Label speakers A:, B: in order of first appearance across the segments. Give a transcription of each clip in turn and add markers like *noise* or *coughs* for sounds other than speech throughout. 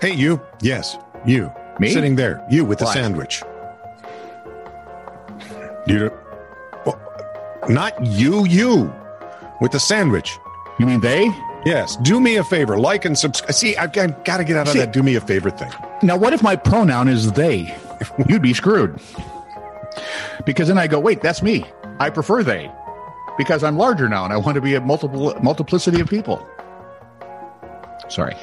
A: Hey, you. Yes, you.
B: Me?
A: Sitting there. You with the
B: Why?
A: sandwich. You. don't- Well, not you. You with the sandwich.
B: You mean they?
A: Yes. Do me a favor. Like and subscribe. See, I've, got to get out of
B: See-
A: that. Do me a favor thing.
B: Now, what if my pronoun is they? You'd be screwed. Because then I go, wait, that's me. I prefer they because I'm larger now and I want to be a multiple multiplicity of people. Sorry.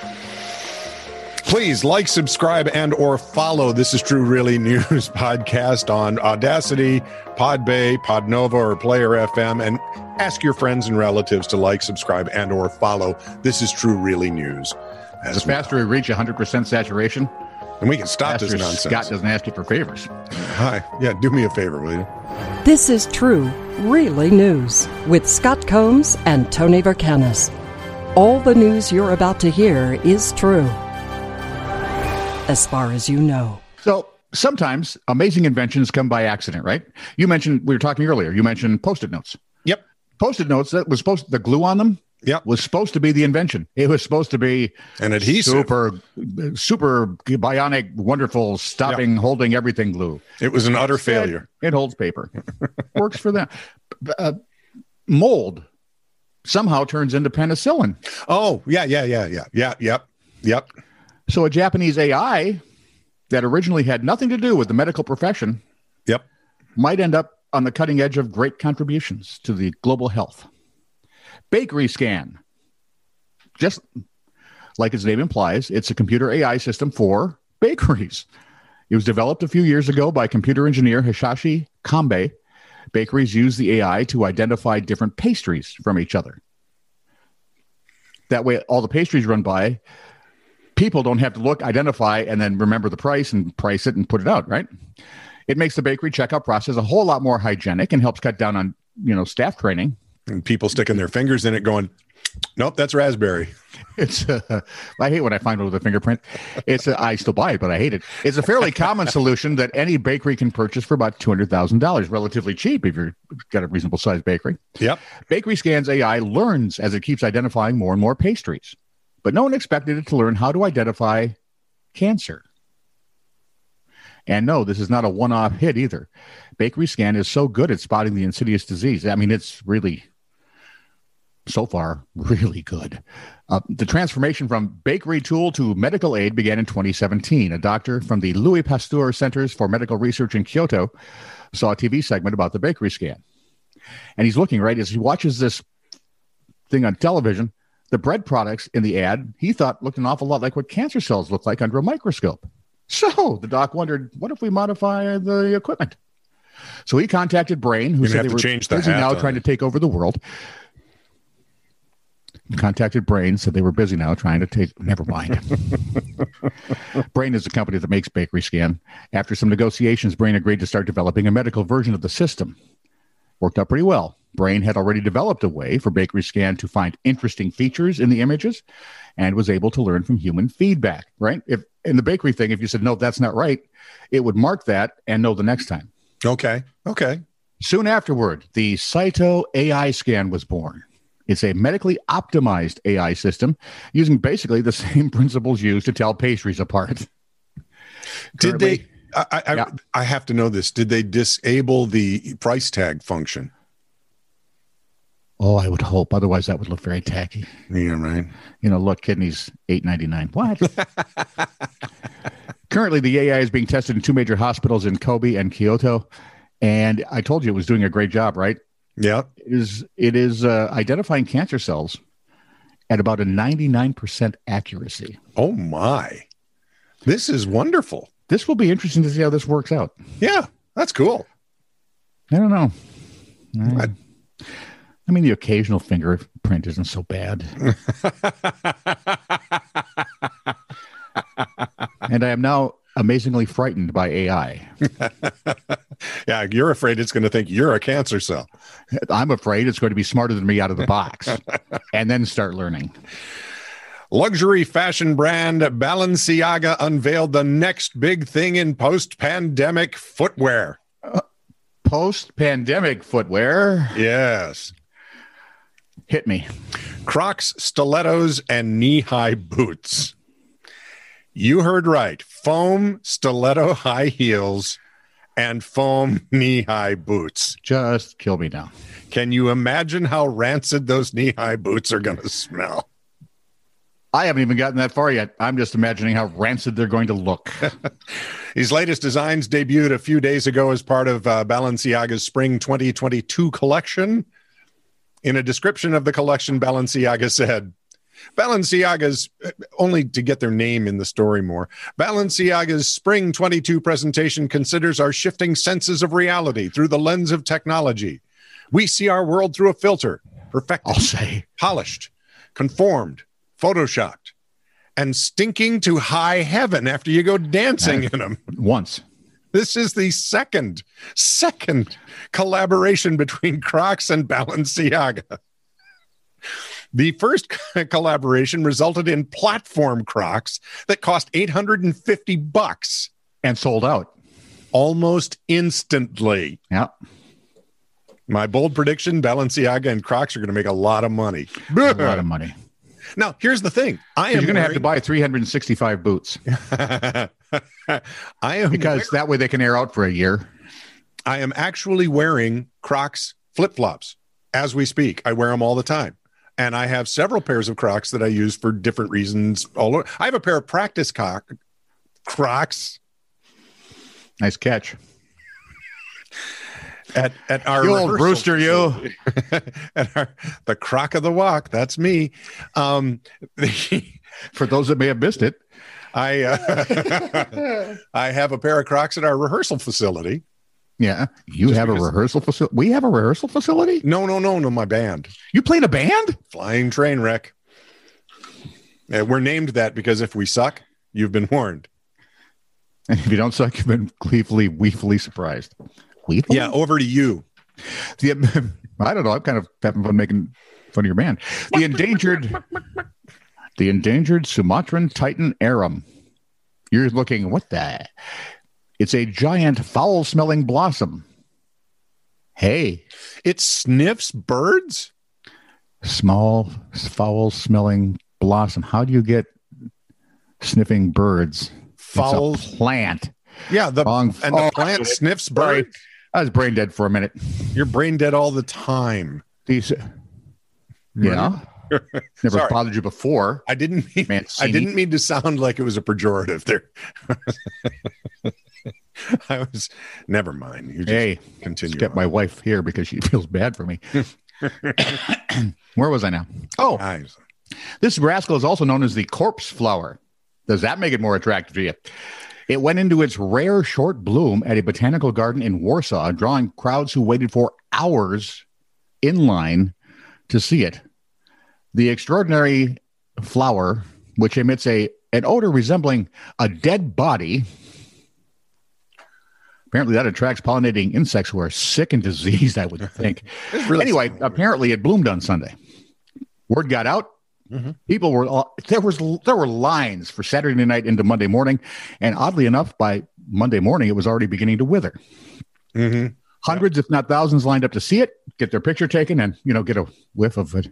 A: Please like, subscribe, and or follow. This is True Really *laughs* News podcast on Audacity, Podbay, Podnova, or Player FM, and ask your friends and relatives to like, subscribe, and or follow. This is True Really News.
B: The
A: As
B: faster we reach 100% saturation,
A: and we can stop
B: faster
A: this
B: Scott
A: nonsense.
B: doesn't ask you for favors.
A: Hi, yeah, do me a favor, will you?
C: This is True, Really News with Scott Combs and Tony Vercanis. All the news you're about to hear is true, as far as you know.
B: So sometimes amazing inventions come by accident, right? You mentioned, we were talking earlier, you mentioned post it notes.
A: Yep.
B: Post-it notes that was supposed the glue on them
A: Yep.
B: was supposed to be the invention. It was supposed to be
A: An adhesive.
B: super super bionic, wonderful, stopping, holding everything glue.
A: It was an utter
B: Instead,
A: failure.
B: It holds paper. *laughs* Works for them. B- Uh, mold somehow turns into penicillin.
A: Oh, yeah, yeah, yeah, yeah, yeah, yep, yep.
B: So a Japanese AI that originally had nothing to do with the medical profession
A: Yep.
B: might end up on the cutting edge of great contributions to the global health. Bakery scan. Just like its name implies, it's a computer AI system for bakeries. It was developed a few years ago by computer engineer Hisashi Kambe. Bakeries use the AI to identify different pastries from each other. That way, all the pastries run by, people don't have to look, identify, and then remember the price and price it and put it out, right? It makes the bakery checkout process a whole lot more hygienic and helps cut down on you know staff training.
A: And people sticking their fingers in it going, nope, that's raspberry.
B: It's uh, I hate when I find it with a fingerprint. It's a, I still buy it, but I hate it. It's a fairly common solution that any bakery can purchase for about two hundred thousand dollars, relatively cheap if you're got a reasonable sized bakery.
A: Yep.
B: Bakery Scan's AI learns as it keeps identifying more and more pastries, but no one expected it to learn how to identify cancer. And no, this is not a one off hit either. Bakery Scan is so good at spotting the insidious disease. I mean, it's really, so far, *laughs* really good. Uh, the transformation from bakery tool to medical aid began in 2017. A doctor from the Louis Pasteur Centers for Medical Research in Kyoto saw a TV segment about the bakery scan and he's looking right as he watches this thing on television. The bread products in the ad he thought looked an awful lot like what cancer cells look like under a microscope. So the doc wondered, what if we modify the equipment? So he contacted Brain, who
A: You're gonna
B: said
A: have
B: they
A: to
B: were
A: change the
B: busy
A: hat
B: now
A: on
B: trying
A: it.
B: to take over the world. Contacted Brain, said they were busy now trying to take. Never
A: *laughs*
B: mind. Brain is a company that makes Bakery Scan. After some negotiations, Brain agreed to start developing a medical version of the system. Worked out pretty well. Brain had already developed a way for Bakery Scan to find interesting features in the images and was able to learn from human feedback, right? If in the bakery thing, if you said, no, that's not right, it would mark that and know the next time.
A: Okay. Okay.
B: Soon afterward, the Cyto AI scan was born. It's a medically optimized AI system using basically the *laughs* same principles used to tell pastries apart.
A: Did they?
B: Currently-
A: I, I, I-
B: Yeah.
A: I have to know this. Did they disable the price tag function?
B: Oh, I would hope. Otherwise, that would look very tacky.
A: Yeah, right.
B: You know, look, kidneys eight ninety nine. What? Currently, the AI is being tested in two major hospitals in Kobe and Kyoto, and I told you it was doing a great job, right?
A: Yeah.
B: It is it is uh, identifying cancer cells at about a ninety nine percent accuracy.
A: Oh my, this is wonderful.
B: This will be interesting to see how this works out.
A: Yeah, that's cool. *laughs*
B: I don't know. I,
A: I-
B: I mean, the occasional fingerprint isn't so bad. and I am now amazingly frightened by AI.
A: Yeah, you're afraid it's going to think you're a cancer cell.
B: I'm afraid it's going to be smarter than me out of the
A: *laughs*
B: box and then start learning.
A: Luxury fashion brand Balenciaga unveiled the next big thing in post-pandemic footwear.
B: Post pandemic footwear
A: Yes.
B: hit me.
A: Crocs, stilettos, and knee high boots. You heard right. Foam stiletto high heels and foam *laughs* knee high boots.
B: Just kill me now.
A: Can you imagine how rancid those knee high boots are going to smell?
B: I haven't even gotten that far yet. I'm just imagining how rancid they're going
A: *laughs*
B: to look.
A: His latest designs debuted a few days ago as part of uh, Balenciaga's Spring 2022 collection. In a description of the collection, Balenciaga said, Balenciaga's uh, only to get their name in the story more. Balenciaga's Spring 22 presentation considers our shifting senses of reality through the lens of technology. We see our world through a filter, perfected,
B: I'll say.
A: polished, conformed, photoshopped, and stinking to high heaven after you go dancing in them.
B: Once.
A: This is the second, second collaboration between Crocs and Balenciaga. The first *laughs* collaboration resulted in platform Crocs that cost 850 bucks
B: And sold out.
A: almost instantly.
B: Yeah.
A: My bold prediction Balenciaga and Crocs are going to make a lot of money.
B: A lot of money.
A: *laughs* now, here's the thing I am
B: You're going to have to
A: wearing-
B: buy 365 boots
A: *laughs* I am
B: because that way they can air out for a year.
A: I am actually wearing Crocs flip flops as we speak. I wear them all the time. And I have several pairs of Crocs that I use for different reasons. All over. I have a pair of practice cock, Crocs
B: Nice catch.
A: at, at our
B: You old
A: rehearsal
B: rooster, you.
A: facility. *laughs* at our, the croc of the walk. That's me. Um,
B: For those that may have missed it,
A: *laughs* I uh, *laughs* I have a pair of Crocs at our rehearsal facility.
B: yeah, you
A: Just
B: have a
A: because-
B: rehearsal facility. We have a rehearsal facility.
A: No, no, no, no. My band.
B: You play in a band?
A: *laughs* flying train wreck. Yeah, we're named that because if we suck, you've been warned.
B: And if you don't suck, *laughs* you've been gleefully, weefully surprised. Weefully?
A: Yeah, over to you.
B: The, *laughs* I don't know. I'm kind of having fun making fun of your band. The endangered, the endangered Sumatran Titan arum. You're looking what the? It's a giant foul-smelling blossom. Hey,
A: It sniffs birds.
B: small foul-smelling blossom. How do you get sniffing birds? It's a
A: Foul.
B: plant.
A: Yeah, the
B: Wrong.
A: and the
B: oh,
A: plant sniffs
B: Sorry.
A: birds.
B: I was brain dead for a minute.
A: You're brain dead all the time.
B: These, *laughs* yeah, never
A: Sorry.
B: bothered you before.
A: I didn't mean
B: Mancini.
A: I didn't mean to sound like it was a pejorative there. *laughs* I was never mind. You just
B: Hey,
A: continue.
B: Just get
A: on.
B: my wife here because she *laughs* feels bad for me. *coughs* Where was I now? Oh,
A: Eyes.
B: this rascal is also known as the corpse flower. Does that make it more attractive to you? It went into its rare short bloom at a botanical garden in Warsaw, drawing crowds who waited for hours in line to see it. The extraordinary flower, which emits a an odor resembling a dead body, apparently that attracts pollinating insects who are sick and diseased. I would think.
A: It's really
B: anyway,
A: something.
B: apparently it bloomed on Sunday. Word got out.
A: Mhm.
B: People were all, there was there were lines for Saturday night into Monday morning, and oddly enough, by Monday morning it was already beginning to wither.
A: Mhm.
B: Hundreds, if not thousands, lined up to see it, get their picture taken, and you know get a whiff of a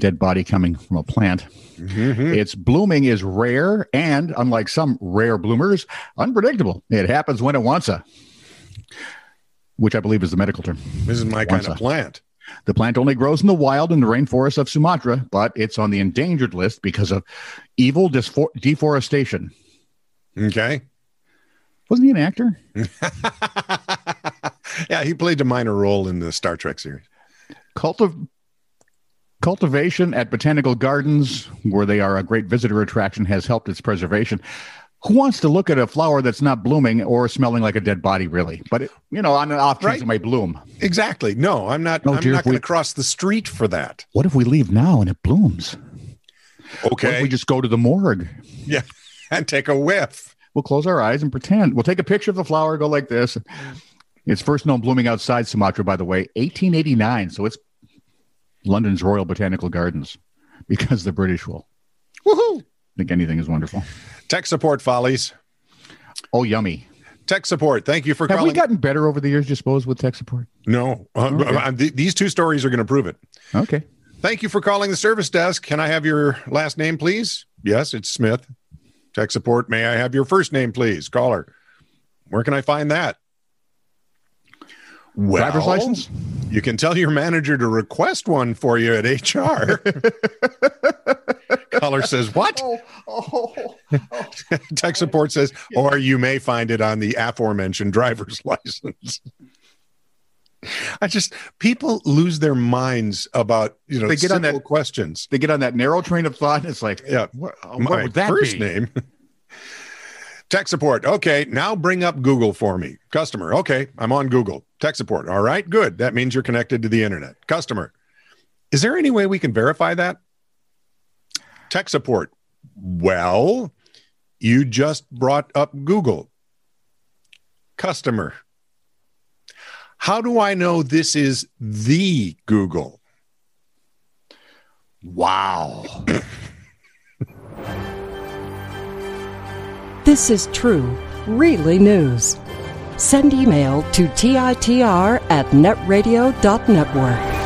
B: dead body coming from a plant.
A: Mhm.
B: Its blooming is rare and, unlike some rare bloomers, unpredictable. It happens when it wants to, which I believe is the medical term.
A: This is my kind
B: Once
A: of
B: I-
A: plant.
B: The plant only grows in the wild in the rainforests of Sumatra, but it's on the endangered list because of evil disfor- deforestation.
A: Okay.
B: Wasn't he an actor?
A: *laughs* yeah, he played a minor role in the Star Trek series.
B: Cultiv- cultivation at botanical gardens, where they are a great visitor attraction, has helped its preservation. Who wants to look at a flower that's not blooming or smelling like a dead body, really? But, it, you know, on an off chance
A: Right.
B: it might bloom.
A: Exactly. No, I'm not.
B: Oh,
A: I'm
B: dear,
A: not going
B: we-
A: to cross the street for that.
B: What if we leave now and it blooms? What if
A: Okay.
B: we just go to the morgue?
A: yeah, and *laughs* take a whiff.
B: We'll close our eyes and pretend. We'll take a picture of the flower, go like this. It's first known blooming outside Sumatra, by the way, 1889. So it's London's Royal Botanical Gardens because the British will
A: Woohoo!
B: think anything is wonderful.
A: Tech support follies.
B: Oh, yummy.
A: Tech support. Thank you for
B: Have we
A: calling.
B: gotten better over the years, you suppose, with tech support?
A: no, Uh,
B: Okay.
A: uh, th- these two stories are going to prove it.
B: Okay.
A: Thank you for calling the service desk. Can I have your last name, please? Yes, it's Smith. Tech support, may I have your first name, please? Caller, where can I find that? Well,
B: Driver's license?
A: You can tell your manager to request one for you at HR.
B: *laughs*
A: Caller says, What?
B: Oh, oh, oh.
A: Tech support says, or you may find it on the aforementioned driver's *laughs* license. I just people lose their minds about you know
B: They get on
A: simple
B: that-
A: questions.
B: They get on that narrow train of thought, and it's like,
A: Yeah,
B: what, uh,
A: my
B: what would that
A: first
B: be?
A: name. Tech support. Okay, now bring up Google for me. Customer. Okay, I'm on Google. Tech support. All right, good. That means you're connected to the internet. Customer. Is there any way we can verify that? Tech support. Well, you just brought up Google. Customer. How do I know this is the Google?
B: Wow.
C: This is true, really news. Send email to TITR at netradio.network.